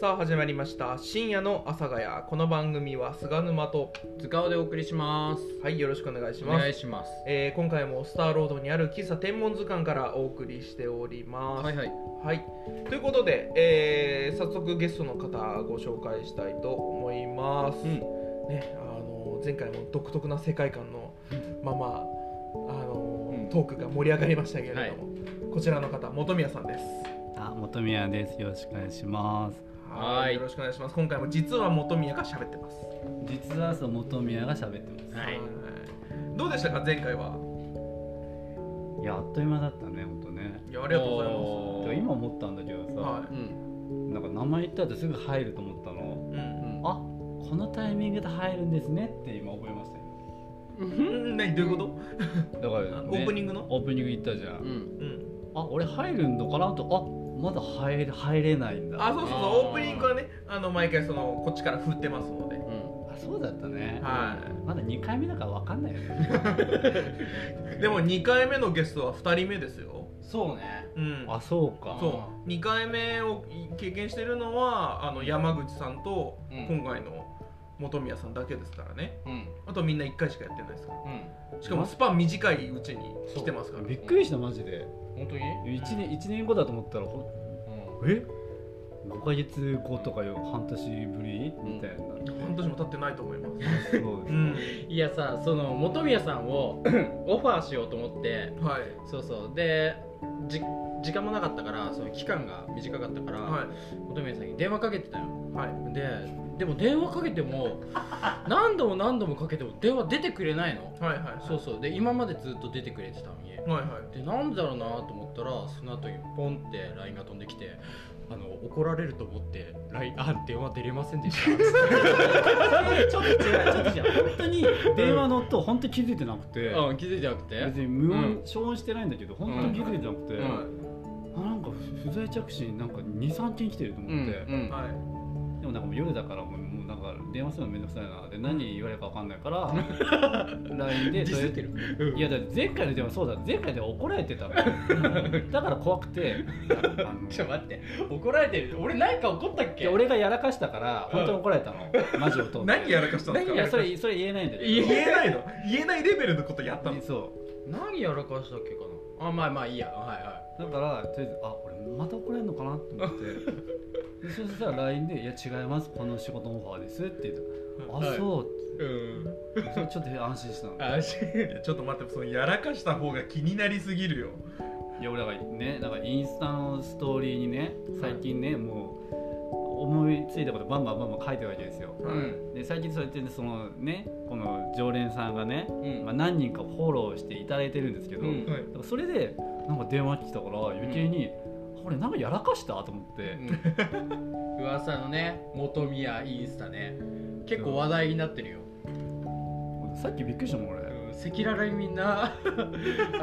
さあ始まりました深夜の阿佐ヶ谷この番組は菅沼と図尾でお送りしますはいよろしくお願いしおます願いしますえー今回もスターロードにある喫茶天文図鑑からお送りしておりますはいはいはい、ということで、えー早速ゲストの方ご紹介したいと思います、うんね、あの前回も独特な世界観のままあの、うんトークが盛り上がりましたけれども、こちらの方本宮さんですあ、元宮です。よろしくお願いします。はいよろしくお願いします今回も実は本宮が喋ってます実はそう元宮が喋ってまはいどうでしたか前回はす。いや、あっという間だったね、本当ね。いやありがとうございまでも今思ったんだけどすさ、はうんなんか名前言った後すぐ入ると思ったの。い、うんあ、このタイミングで入るんですねって今覚えましたよ。うん、何どういうこと、だから、ね、オープニングのオープニング行ったじゃん。うんうん、あ、俺入るのかなと、あ、まだ入れ入れないんだ。あそうそうそうオープニングはねあの毎回そのこっちから振ってますのでうんあそうだったね。はいまだ2回目だからわかんないよね。でも2回目のゲストは2人目ですよ。そうねうん、あ、そうか。そう2回目を経験してるのはあの山口さんとうん今回の本宮さんだけですからねうんあとみんな1回しかやってないですからうんしかもスパン短いうちに来てますからびっくりした、マジで。本当に1年一年後だと思ったらほうんえ5ヶ月後とかよ半年ぶりみたいになって、半年も経ってないと思います すごいでうす、んいやさその本宮さんをオファーしようと思ってはいそうそうでじ時間もなかったからその期間が短かったから、は本宮さんに電話かけてたよいはいででも電話かけても何度も何度もかけても電話出てくれないのはいはいそうそうで今までずっと出てくれてたのにはいはいでなんでだろうなと思ったらその後にポンって LINE が飛んできてあの怒られると思って LINE あ電話出れませんでした ちょっと違うちょっと違う本当に電話の音本当に気づいてなくて、あ気づいてなくて別に無音、う消音してないんだけど本当に気づいてなくて、うんあなんか不在着信なんか23件来てるとう思んって、うんはいでもなんかもう夜だからもうもうなんか電話するのめんどくさいなで何言われるかわかんないから LINE デでィスってるいやだって前回の電話そうだ前回で怒られ てたのだから怖くてあのちょっと待って怒られてる俺なんか怒ったっいけや俺がやらかしたから本当に怒られたの、マジを通って何やらかしたんですかいやそれそれ言えないんだけど言えないの言えないレベルのことやったのそう何やらかしたっけかなあまあまあいいやはいはだからとりあえずあ俺また怒られるのかなと思 ってでそしたら LINE で「いや違いますこの仕事のオファーです」って言ったはら「いあそう」いうんそれちょっと安心したのあしちょっと待ってそのやらかした方が気になりすぎるよいや俺らがねだからインスタのストーリーにね最近ね、もう思いついたことバンバンバンバン書いてるわけですようはいんで最近そうやってねそのねこの常連さんがね、うんまあ、何人かフォローしていただいてるんですけど、うんはいだからそれでなんか電話来たから余計に、あれなんかやらかしたと思って、うん噂のね本宮インスタね結構話題になってるよさっきびっくりしたもん俺、うん赤裸々にみんなあ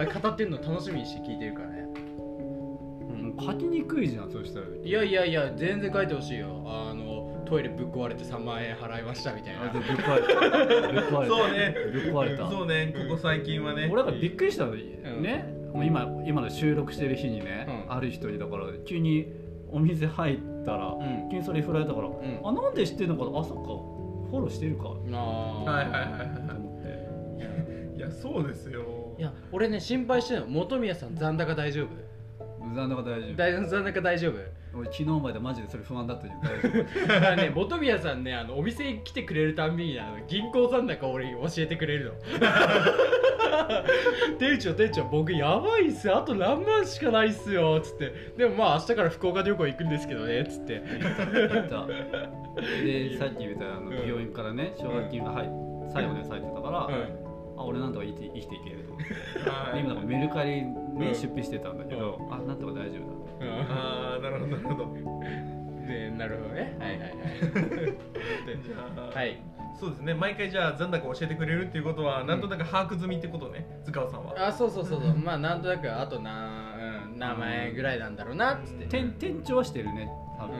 語ってんの楽しみにして聞いてるからね、うん、もう書きにくいじゃんそうしたらいやいやいや全然書いてほしいよあのトイレぶっ壊れて3万円払いましたみたいあなでぶっ壊れたぶっ壊れたそうねぶっ壊れたそうねここ最近はね俺なんかびっくりしたの、んねもう今今の収録してる日にね、うんある人にだから急にお店入ったら、うん急にそれ振られたから、んあなんで知ってるのかなあそっかフォローしてるかとあーはいはいはいは思って、いいやそうですよいや俺ね心配してるの本宮さん残高大丈夫残高大丈夫大残高大丈夫俺昨日までマジでそれ不安だったけど大丈だ夫からね本宮さんねあのお店に来てくれるたんびにあの銀行残高俺に教えてくれるの 店長店長僕やばいっすあと何万しかないっすよつってでもまあ明日から福岡旅行行くんですけどねつって言ったでさっき言ったあうのん病院からね奨学金が入っ最後のやつ入ってたから、うあ俺なんとか生きて生きていけると思ってはで今いなんかメルカリにうねん出費してたんだけど、あなんとか大丈夫だんああなるほどなるほどうんでなるほどねはいはいじゃあはいはいそうですね毎回じゃあ残高教えてくれるっていうことはなんとなく把握済みってことね塚尾さんはあそうそうそうそうまあなんとなくあとな、うん、名前ぐらいなんだろうなっつって店店長はしてるね多う分、ん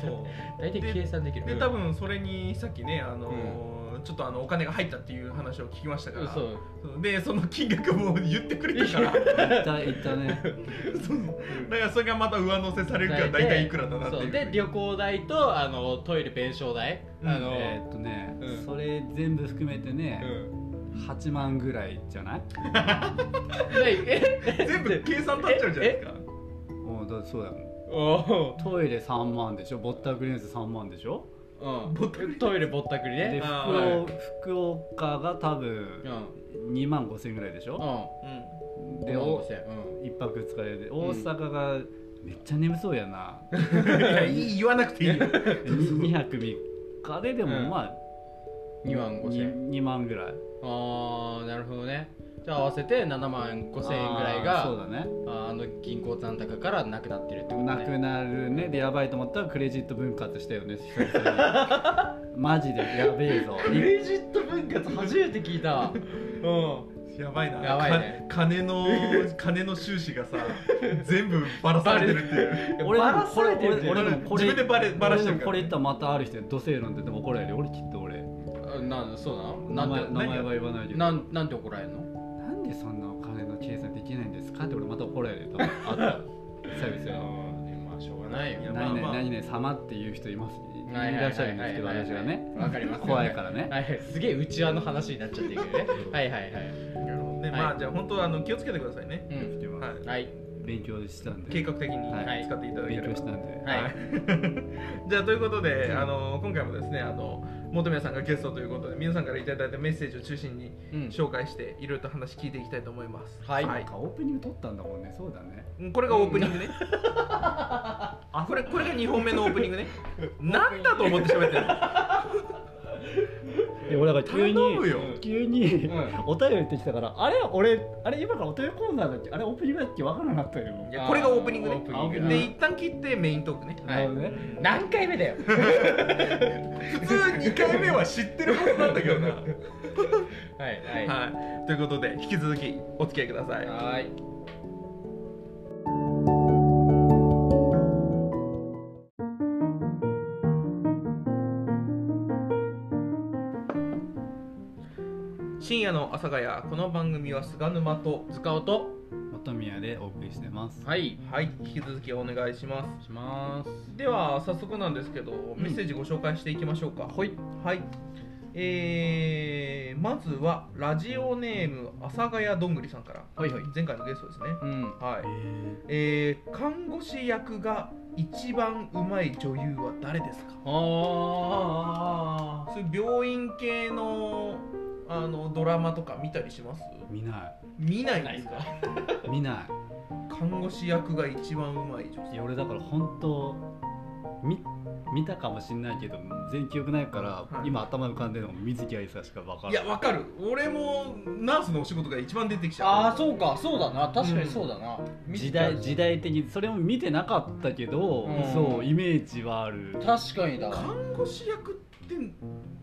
そう大体計算できるで多分それにさっきねあのーのちょっとあのお金が入ったっていう話を聞きましたからそうそうでその金額も言ってくれたから行った行っ たね そうだからそれがまた上乗せされるから大体いくらだなっていそううで旅行代とあのトイレ弁償代、うんあの、えーっとね、うんそれ全部含めてね、うん8万ぐらいじゃないえ全部計算立っちゃうじゃないですかもうだそうだもんおトイレ3万でしょぼったくりのやつ3万でしょお、うぼったくりん、トイレぼったくりでね福あー岡福岡が多うんう分ん2万5千ぐらいでしょででおおせうん1泊2日でで大阪がめっちゃ眠そうや なうんい やいい言わなく ていいよ2泊3日ででうもんまあ2万5千 2, 万ぐらいああなるほどねじゃあ合わせて7万5千円ぐらいあーがそあうだねーあの銀行残高からなくなってるってことなねくなるねでやばいと思ったらクレジット分割した よね久々にマジでやべえぞクレジット分割初めて聞 いたうんやばいなやばいねか金の金の収支が さ全部ばらされてるっていう俺でバもラこされれてる俺じゃん俺でもこれ自分でバレバラしてるからね俺でもこれ言ったらまたある人にどせえなんてでも怒られるよ俺きっと俺あなんそうな名の前なん名前は言わないでけどなんなんで怒られるのなんでそんなお金の計算できないんですかって俺また怒られるよ多分あったら サービスやまあしょうがないよいやまあ何々何々様っていう人いますいはいらっしゃるんですけどはいはい私はいはがいねわかりますよ怖いからねはいはいすげえ内輪の話になっちゃってるけどねはいはいはいねまあじゃあ本当あの気をつけてくださいねうんはいはい勉強したんで計画的にはい使っていただけれ勉ば、強したんではいはい、 じゃあということで、あの今回もですねあの本宮さんがゲストということで皆さんからいただいたメッセージを中心にうん紹介していろいろと話聞いていきたいと思います、はいなんかオープニング撮ったんだもんねそうだねこれがオープニングねあこれこれが2本目のオープニングねなんだと思って喋ってるのいや俺だから急に頼むよ急に、うんお便りってきたからあれ俺あれ今からお便りコーナーだっけあれオープニングだっけわからなかったよいやこれがオープニングあねーオープニングで一旦切ってメイントークねはいなるほどね何回目だよ普通2回目 は知ってるはずなんだけどなは、はいはいいはということで引き続きお付き合いくださいーい深夜の阿佐ヶ谷この番組は菅沼と塚尾と元宮でお送りしてますはいはい引き続きお願いしますしますでは早速なんですけどメッセージご紹介していきましょうか、はいはいえー、まずはラジオネーム阿佐ヶ谷どんぐりさんからはいはい前回のゲストですねうんはいええーー、看護師役が一番うまい女優は誰ですかあそういう病院系のあのドラマとか見たりします見な見ないんですかい見な看護師役が一番うまい女いい性や俺だから本当み見たかもしんないけど全然記憶ないから、はい今頭浮かんでるのも水木愛さしかわからないいやわかる俺もナースのお仕事が一番出てきちゃうあーそうかそうだな確かにそうだな、時代時代的にそれも見てなかったけど、うんそうイメージはある確かにだわ看護師役ってう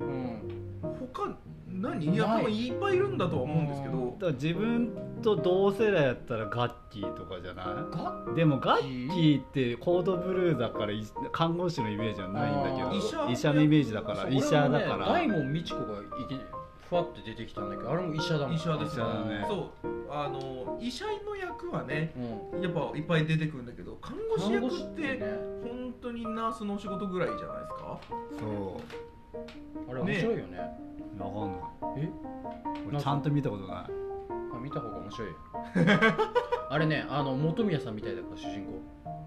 ん他何いやない多分いっぱいいるんだとは思うんですけうどだから自分と同世代やったらガッキーとかじゃながいでもガッキーってコードブルーだからい看護師のイメージはないんだけあどー医者のイメージだから医者だか大ら門未知子がいきふわって出てきたんだけどあれも医者だもん医者でですすねねそうあの医者の役はねうんやっぱいっぱい出てくるんだけど看護師看護役師っっててね本当にナースのお仕事ぐらいじゃないですかそあれ面白いよねうわかんないえ俺ちゃんと見たことないあ見た方が面白いよあれねあの本宮さんみたいだから主人公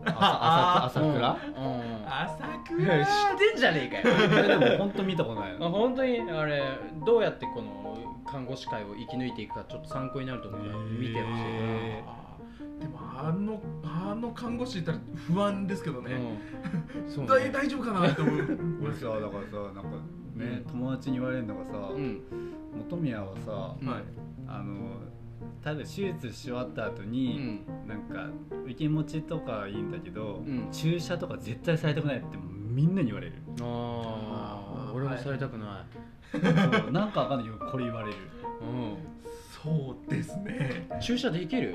あ朝朝倉、うん うん朝うん知ってんじゃねえかよそれでも本当見たことない あの本当にあれどうやってこの看護師会を生き抜いていくかちょっと参考になると思うからへー見てほしいへあーでもあのあの看護師いたら不安ですけどね、うんそう大ね大丈夫かなって思う俺さだからさなんかね、うん友達に言われるのがさ、うん本宮はさうんはいあの多分手術し終わった後うに、んなんか受け持ちとかいいんだけど、うん注射とか絶対されたくないってみんなに言われるあああー俺もされたくない、そうなんかわかんないけどこれ言われるそうですねうん注射できる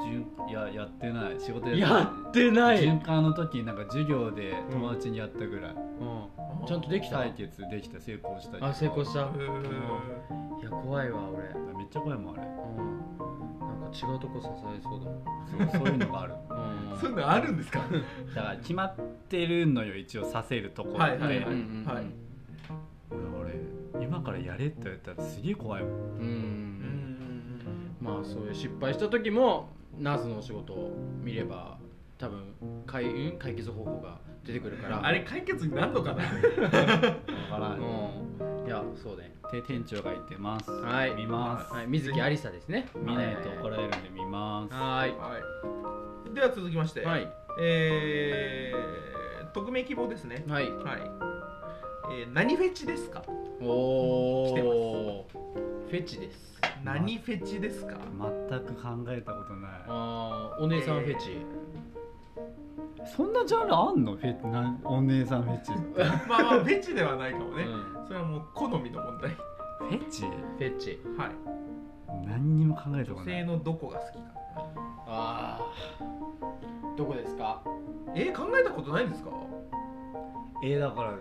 循いややってない仕事やってない、循環の時なんか授業で友達にやったぐらい、うんあちゃんとできた採血できた成功したりとかあ成功したへーいや怖いわ俺うめっちゃ怖いもんあれんなんか違うとこ支えそうそうそういうのがあるだもんそういうのあるんですかだから決まってるのよ一応させるところはいで、はいうんはいうんはい俺俺今からやれって言ったらすげえ怖いもんうんううんんまあそういう失敗した時もナースのお仕事を見れば多分解うん解決方法が出てくるからあれ解決になるのかなわからん、うんいやそうねで店長がいてますはい見ます、はい水木ありさですね見ないと怒られるんで見ますはーはいでは続きまして、いはいえー、匿名希望ですねははいい、えー、何フェチですかお来てまおフェチです何フェチですか全く考えたことなあーお姉さんフェチ、いそんなジャンルあんのフェなお姉さんフェチってまあまあフェチではないかもね、うんそれはもう好みの問題フェチフェチはい何にも考えた女ことな性いのどこが好きかあーどこですかえー、考えたことないんですかえー、だから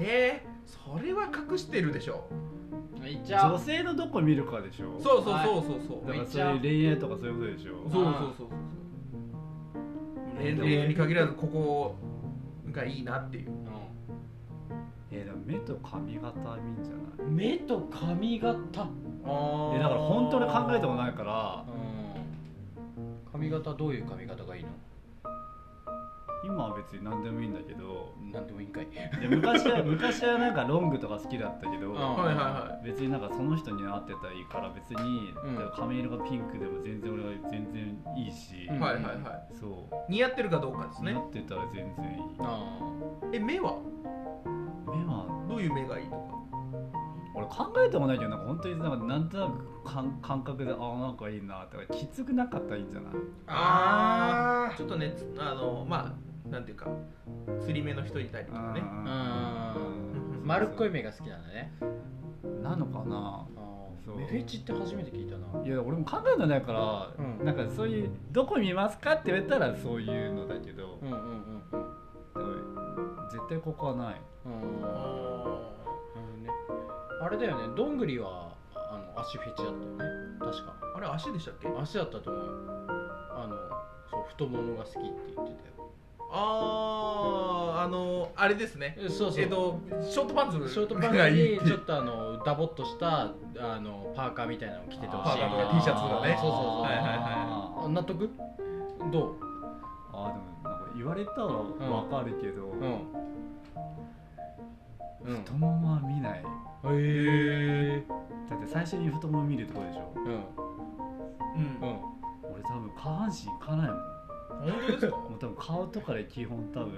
えー、それは隠してるでしょいっえちー、ゃ女う性のどこ見るかでしょそうそうそうそうそう、めだからそういっうち恋愛とかそういうことでしょそうそうそうそうそう年齢に限らずここがいいなっていうえー、だから目と髪型見んじゃないうん目と髪型あえだから本当に考えたことないから髪型どういう髪型がいいの今は別に何でもいいんだけどなんでもいいんかいいや 昔は昔はなんかロングとか好きだったけど、うんはいは別になんかその人に合ってたらいいから別に、うんだから髪色がピンクでも全然俺は全然いいし、ういんはいはいはいはそうい似合ってるかどうかです似ね合ってたら全然いいあえ目は目はどういう目がいいとか俺考えてもないけどなんか本当になんかなんとなく感感覚でああなんかいいなってきつくなかったらいいんじゃないああちょっとねつあのまあなんていうか釣り目の人いたりとかねうんうん丸っこい目目が好きなんだねなのかなそうフェチって初めて聞いたないや俺も考えたないから、うんなんかそういう「どこ見ますか?」って言ったらそういうのだけど、うんうんうんうん絶対ここはないうんあなるほどねあれだよねどんぐりはあの足フェチだったよね確かーあれ足でしたっけ足だったと思うよあのそう太ももが好きって言ってたよあーあのあれですねえそうそう、えっとショートパンツショートパンがツいいにってちょっとあのダボっとしたあのパーカーみたいなの着ててほパーしいカーとかあ T シャツがねそうそうそうはいはいはいあ納得どーでもなんか言われたらわかるけど、ううんうん太ももは見ないへえだって最初に太もも見るとこでしょうんうんうんうん俺多分下半身いかないもん 本当ですかもう多分顔とかで基本多分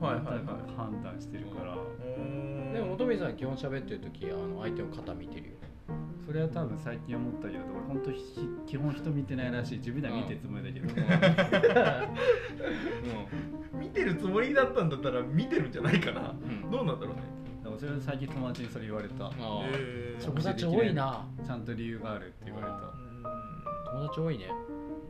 はいはいなんとなはく判断してるから、いうんでも乙女さん基本喋ってる時あの相手の肩見て るよそれは多分最近思ったけど俺本当ひ基本人見てないらしい自分では見てるつもりだけど、見てるつもりだったんだったら見てるんじゃないかなうんうんどうなんだろうねだからそれは最近友達にそれ言われたあーえー友達多いなちゃんと理由があるって言われた友達多いね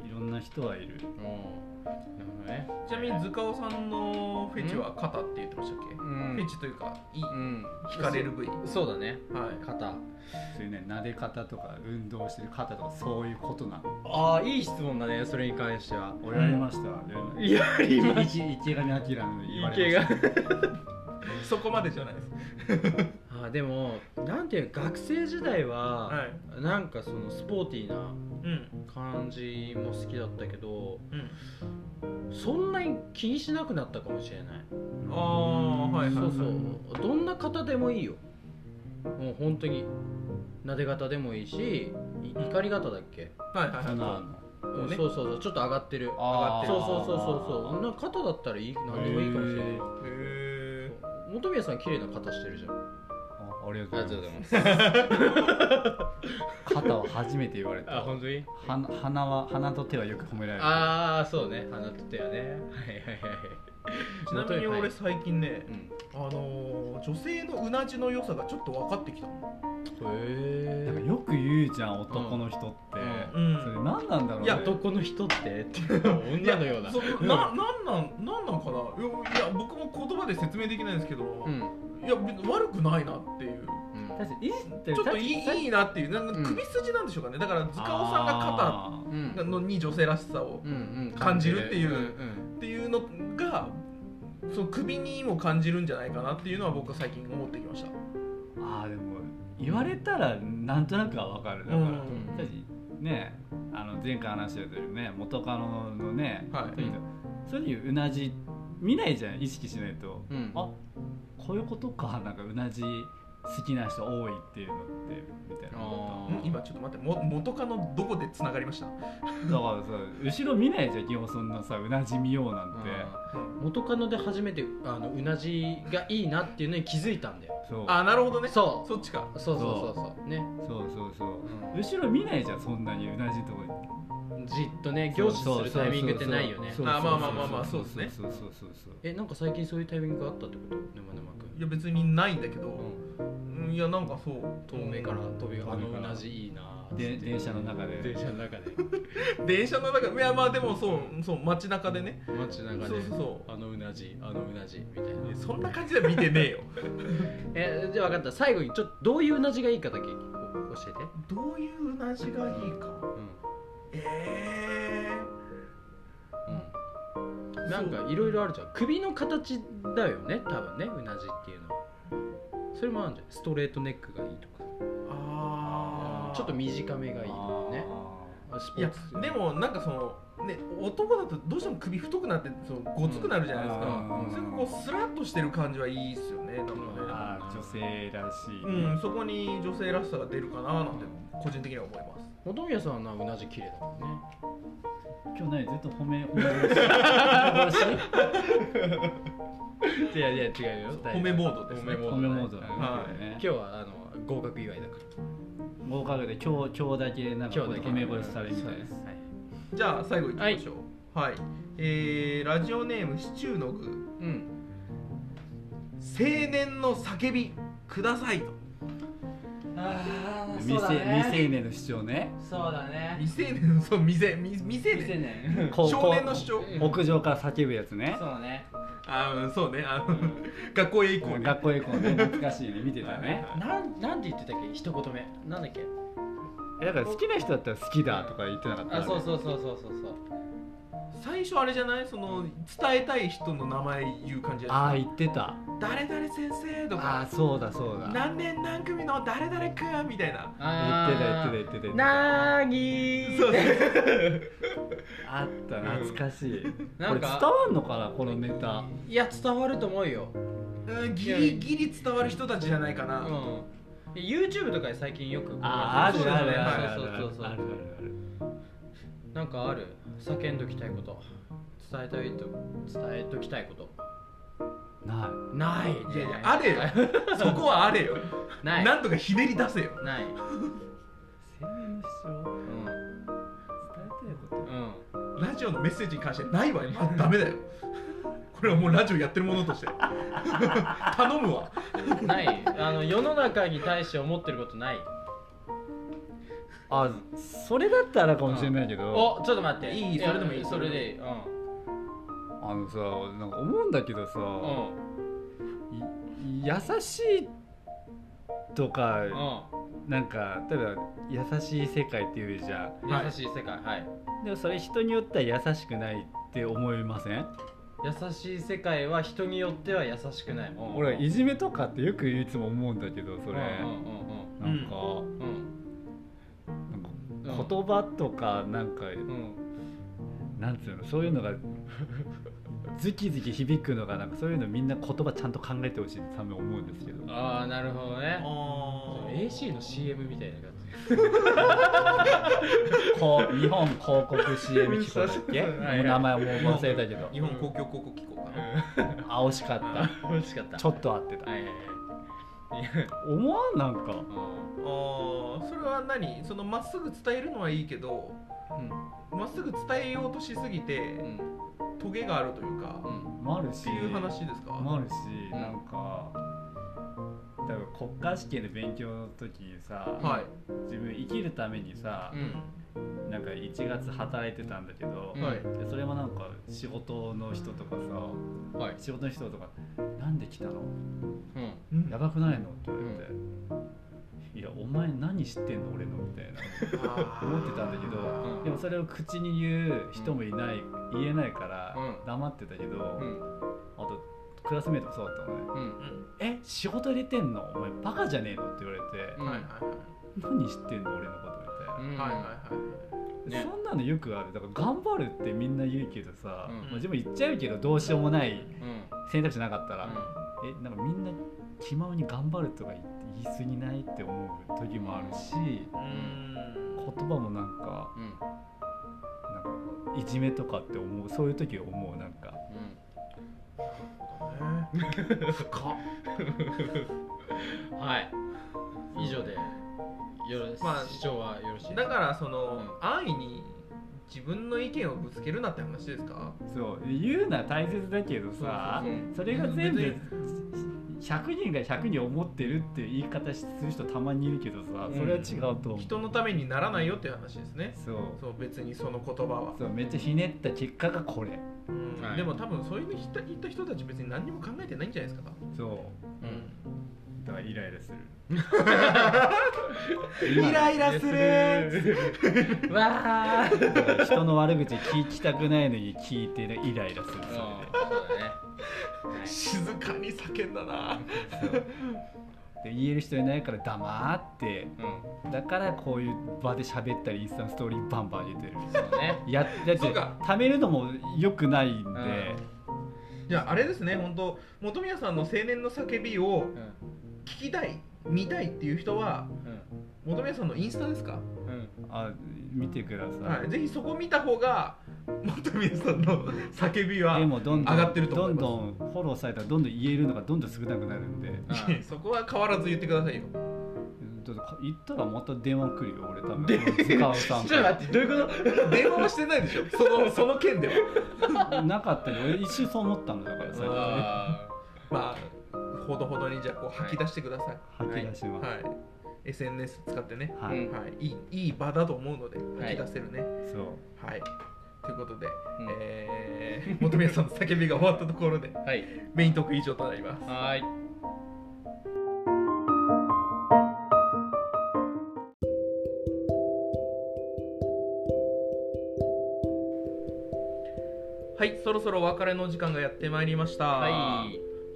いろんな人はいるうんなるほどねちなみに塚尾さんのフェチは肩って言ってましたっけ、うんフェチというかいうん惹かれる部位そそうだねはい肩そういうね撫で方とか運動してる方とかそういうことなのああいい質問だねそれに関しては俺やりました、いやりまし池池上彰の言わ池れまがしたそこまでじゃないですあーでもなんていうの学生時代は、はいなんかそのスポーティーなうん感じも好きだったけどうんそんなに気にしなくなったかもしれないああはいはいそはいうそうどんな方でもいいよもう本当に撫で方でもいいしい怒り方だっけ、はいはいはそいんなはのうんねそうそうそうちょっと上がってるあーそうそうそうそうそうな肩だったらいい何でもいいかもしれないいへーへえ本宮さん綺麗な肩してるじゃんああありがとうございますます肩は初めて言われあた本当には鼻は鼻と手はよく褒められるああそうね鼻と手はねはいはいはいちなみにはい俺最近ね、うんあのー女性のうなじの良さがちょっと分かってきたのへなんえかよく言うじゃん男の人って、うんうんそれ何なんだろういねや男の人ってって女のようだそななんなんなんなんかないやいや僕も言葉で説明できないんですけど、うん、いや別に悪くないなっていう確かにいいちょっとい確かいにいいなっていうなんうんか首筋なんでしょうかねだから塚尾さんがあーうん肩のに女性らしさをうんうん感じるっていううんっていうのがその首にも感じるんじゃないかなっていうのは僕は最近思ってきましたあーでも言われたらなんとなくはわかるだから、うん確かにねあの前回話してたよね元カノのね、はいとにかくそういううなじ見ないじゃん意識しないとうんうんあこういうことかなんかうなじ好きな人多いっていうのってみたいなあん今ちょっと待っても元カノどこでつながりましただからさ後ろ見ないじゃん基本そんなさうなじ見ようなんてうん元カノで初めてあのうなじがいいなっていうのに気づいたんだよそうあなるほどねそうそっちかそうそうそうそうね、そうそうそう後ろ見ないじゃんそんなにうなじとこにじっとね凝視するタイミングってないよねそうあまあまあまあまあそうですねそうそうそうそうえなんか最近そういうタイミングがあったってこと沼沼くんいや別にないんだけど、うんうんいやなんかそう透明から飛びうんあのうなじいいなーで電車の中で電車の中で電車の中いやまあでもそうそう街中でね街中そうでそうそうあのうなじあのうなじみたいなそんな感じでは見てねえよえじゃあ分かった最後にちょっとどういううなじがいいかだけお教えてどういううなじがいいかえうん、なんかいろいろあるじゃん首の形だよね多分ねうなじっていうのはそれもあるじゃんストレートネックがいいとかえー、あーちょっと短めがいいとかねあスいポやーツでもなんかそのね男だとどうしても首太くなってそのごつくなるじゃないですか、うんそれがこうスラッとしてる感じはいいっすよねなんかねーあー女性らしい、うんそこに女性らしさが出るかななんて個人的には思います本宮さんはなうなじ綺麗だもんね今日何ずっと褒め褒め 殺しいやいや違うよ褒めモードですね褒め褒めモードだだねね、はい今日はあの合格祝いだから合格で今日今日だけなんか今日だけ褒め殺しされるみたそういなですはいじゃあ最後いきましょうはい、えー、ラジオネームシチューの具うん青年の叫びくださいとああ未そうだ成未成ね年の主張ねそうだね未成年そう未成未未成未成年年こう少年の主張うん屋上から叫ぶやつねそうねあーうんそうねあの、学校へ行こうね学校へ行こうね難しいね見てたね なんなんて言ってたっけ一言目なんだっけえだから好きな人だったら好きだとか言ってなかったあそううそうそうそうそうそう最初あれじゃないその伝えたい人の名前言う感じじゃあなあい言ってた誰々先生とああかそうだそうだ何年何組の誰々くんみたいな言ってた言ってた言ってた言ってたなーぎーそうあった懐かしいなこんれ伝かわんのかなこのネタ いや伝わると思うようんギリギリ伝わる人たちじゃないかな、うん、YouTube とかで最近よくこうあそうーだあねるあるあそうるあそるうそうそうあるあるなんかある叫んどきたいこと伝えたいと伝えときたいことないないねいやいやあれよそこはあれよ ないなんとかひねり出せよない青年の主う張ん伝えたいことうんラジオのメッセージに関してないわよあダメだよこれはもうラジオやってるものとして頼むわないあの世の中に対して思ってることないあそれだったらかもしれないけどおちょっと待っていいそれでもいいやそれでいいうんあのさなんか思うんだけどさ、うんい優しいとか、うなんか例えば優しい世界っていうじゃんはい優しい世界はいんでもそれ人によっては優しくないって思いません、優しい世界は人によっては優しくないうん俺いじめとかってよくいつも思うんだけどそれ、うんうんうんなんか、うんうんなうんかんうん言葉とかなんか、うんなんつうのそういうのがズキズキ響くのがなんかそういうのみんな言葉ちゃんと考えてほしいって多分思うんですけどああなるほどねあ AC の CM みたいな感じこう日本広告 CM 機構だっけそうそうはいはい名前もう忘れたけど日本公共広告機構かなあ惜しかっ美味しかったたちょっと合ってたはいはいはいいや思わんなんかうあーそれは何そのまっすぐ伝えるのはいいけどんまっすぐ伝えようとしすぎうてんトゲがあるというかうんもあるっしていう話ですかもあるしうんなんか多分国家試験で勉強の時にさ、はい自分生きるためにさ、なんか1月働いてたんだけど、うんはいでそれもなんか仕事の人とかさ、はい仕事の人とか「なんで来たのうんうんやばくないの?」って言われて「いやお前何知ってんの俺の」みたいな 思ってたんだけど、うんでもそれを口に言う人もいない、言えないからうん黙ってたけど、うんあとクラスメートもそうだったのねうんうん「え仕事入れてんのお前バカじゃねえの?」って言われてうんはいはいはい「何知ってんの俺のこと」みうたいな。んはいはいはねそんなのよくあるだから頑張るってみんな言うけどさ、うんまあ、自分言っちゃうけどどうしようもないうん選択肢なかったら、えなんかみんな気ままに頑張るとか言って言い過ぎないって思う時もあるしいうん言葉もなんかうんうんなんかいじめとかって思うそういう時思うなんかうんはい以上でよろまあ視聴はよろしいですだからその、うん安易に自分の意見をぶつけるなって話ですかそう言うのは大切だけどさそうそうそうそれが全部別に100人が100人思ってるっていう言い方する人たまにいるけどさそれは違うと思う、人のためにならないよっていう話ですねそうそう別にその言葉は、そうめっちゃひねった結果がこれうんはいでも多分そういうの言った言った人たち別に何にも考えてないんじゃないですかそううんだからイライラするイライラするわあだから 人の悪口聞きたくないのに聞いてイライうんラするそそうだね静かに叫んだなれでそうで言える人いないから黙ってうんだからこういう場で喋ったりインスタのストーリーバンバン上げてるそうねやだってそうか貯めるのも良くないんで、いやあれですね本当本宮さんの青年の叫びをうん聞きたい見たいっていう人は本宮さんのインスタですか、うんうんあ見てくださはい、ぜひそこ見た方が本宮さんの叫びい。はでもどんどん上がってると思いますどんどんフォローされたらどんどん言えるのがどんどん少なくなるんでいやそこは変わらず言ってくださいよちょっと言ったらまた電話来るよ俺多分塚尾さ んちょっと待ってどういうこ電話はしてないでしょそのその件ではなかったよ俺一瞬そう思ったのだからと最初まあほどほどにじゃあこう吐き出してください吐き出します、はい、SNS 使ってね、はい、うんはい、いいいい場だと思うのでは吐いき出せるねそうはい、ということで、うんえー、本宮さんの叫びが終わったところではいメイントーク以上となりますはーいはいそろそろお別れのお時間がやってまいりましたは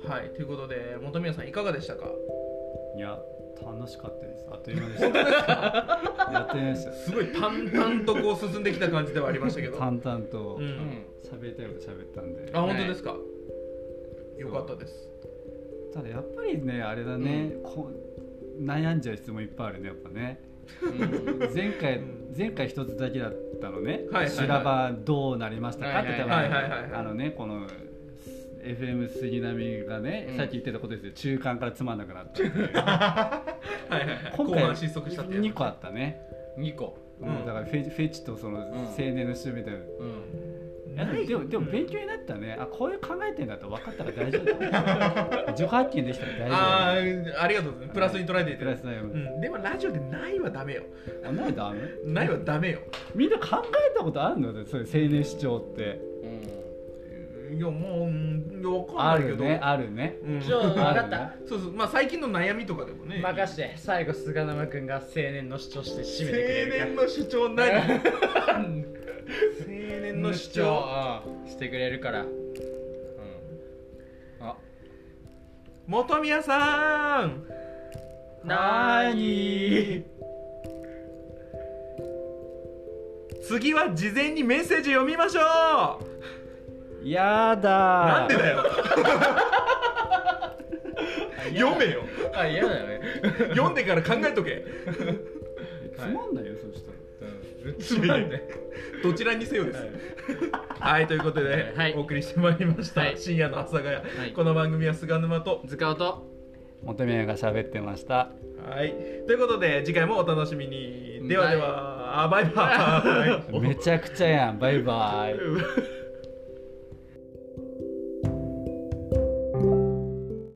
いはいということで本宮さんいかがでしたかいや楽しかったですあっという間 でしたやってみましたすごい淡々とこう進んできた感じではありましたけど淡々とう、うんん喋りたいこと喋ったんで、あはい本当ですか、よかったですただやっぱりねあれだね、こう悩んじゃう質問いっぱいあるねやっぱねうん前回、うん前回一つだけだったのね、はいはいはい修羅場どうなりましたかって多分、はいはいはいはいあのねこの FM 杉並がね、うんさっき言ってたことですよ中間からつまんなくなったっていうはいはいはい今 後回半失速したってやつ2個あったね、二個うんだからフェフェチとそのん青年の趣味みたいな、うんいやでもでもでも勉強になったねあこういう考えてんだと分かったから大丈 夫自己発見できたら大あ丈ーありがとうございますプラスに捉えていた夫だプラいてスだよ、うん、でもラジオでないはダメよあなんでダメないはダメよみんな考えたことあるのだってそれ青年主張ってうんいやもううんいやわかあんないけるどねあるねうんじゃああ分かっるねたそうそうまあ最近の悩みとかでもね任して最後菅沼君が青年の主張して締めてくれる青か年の主張何青年の主張うんしてくれるからうんあ元宮さんなーに次は事前にメッセージ読みましょうやなだーんでだよ読めよあ嫌だよね読んでから考えとけつまんないよそしたうらんつまんない どちらにせよですはいはいということで、はいお送りしてまいりました、はい深夜の阿佐ヶ谷、いこの番組は菅沼と図鑑と求めが喋ってましたはいということで次回もお楽しみにではではあバイバイ めちゃくちゃやんバイバイうわ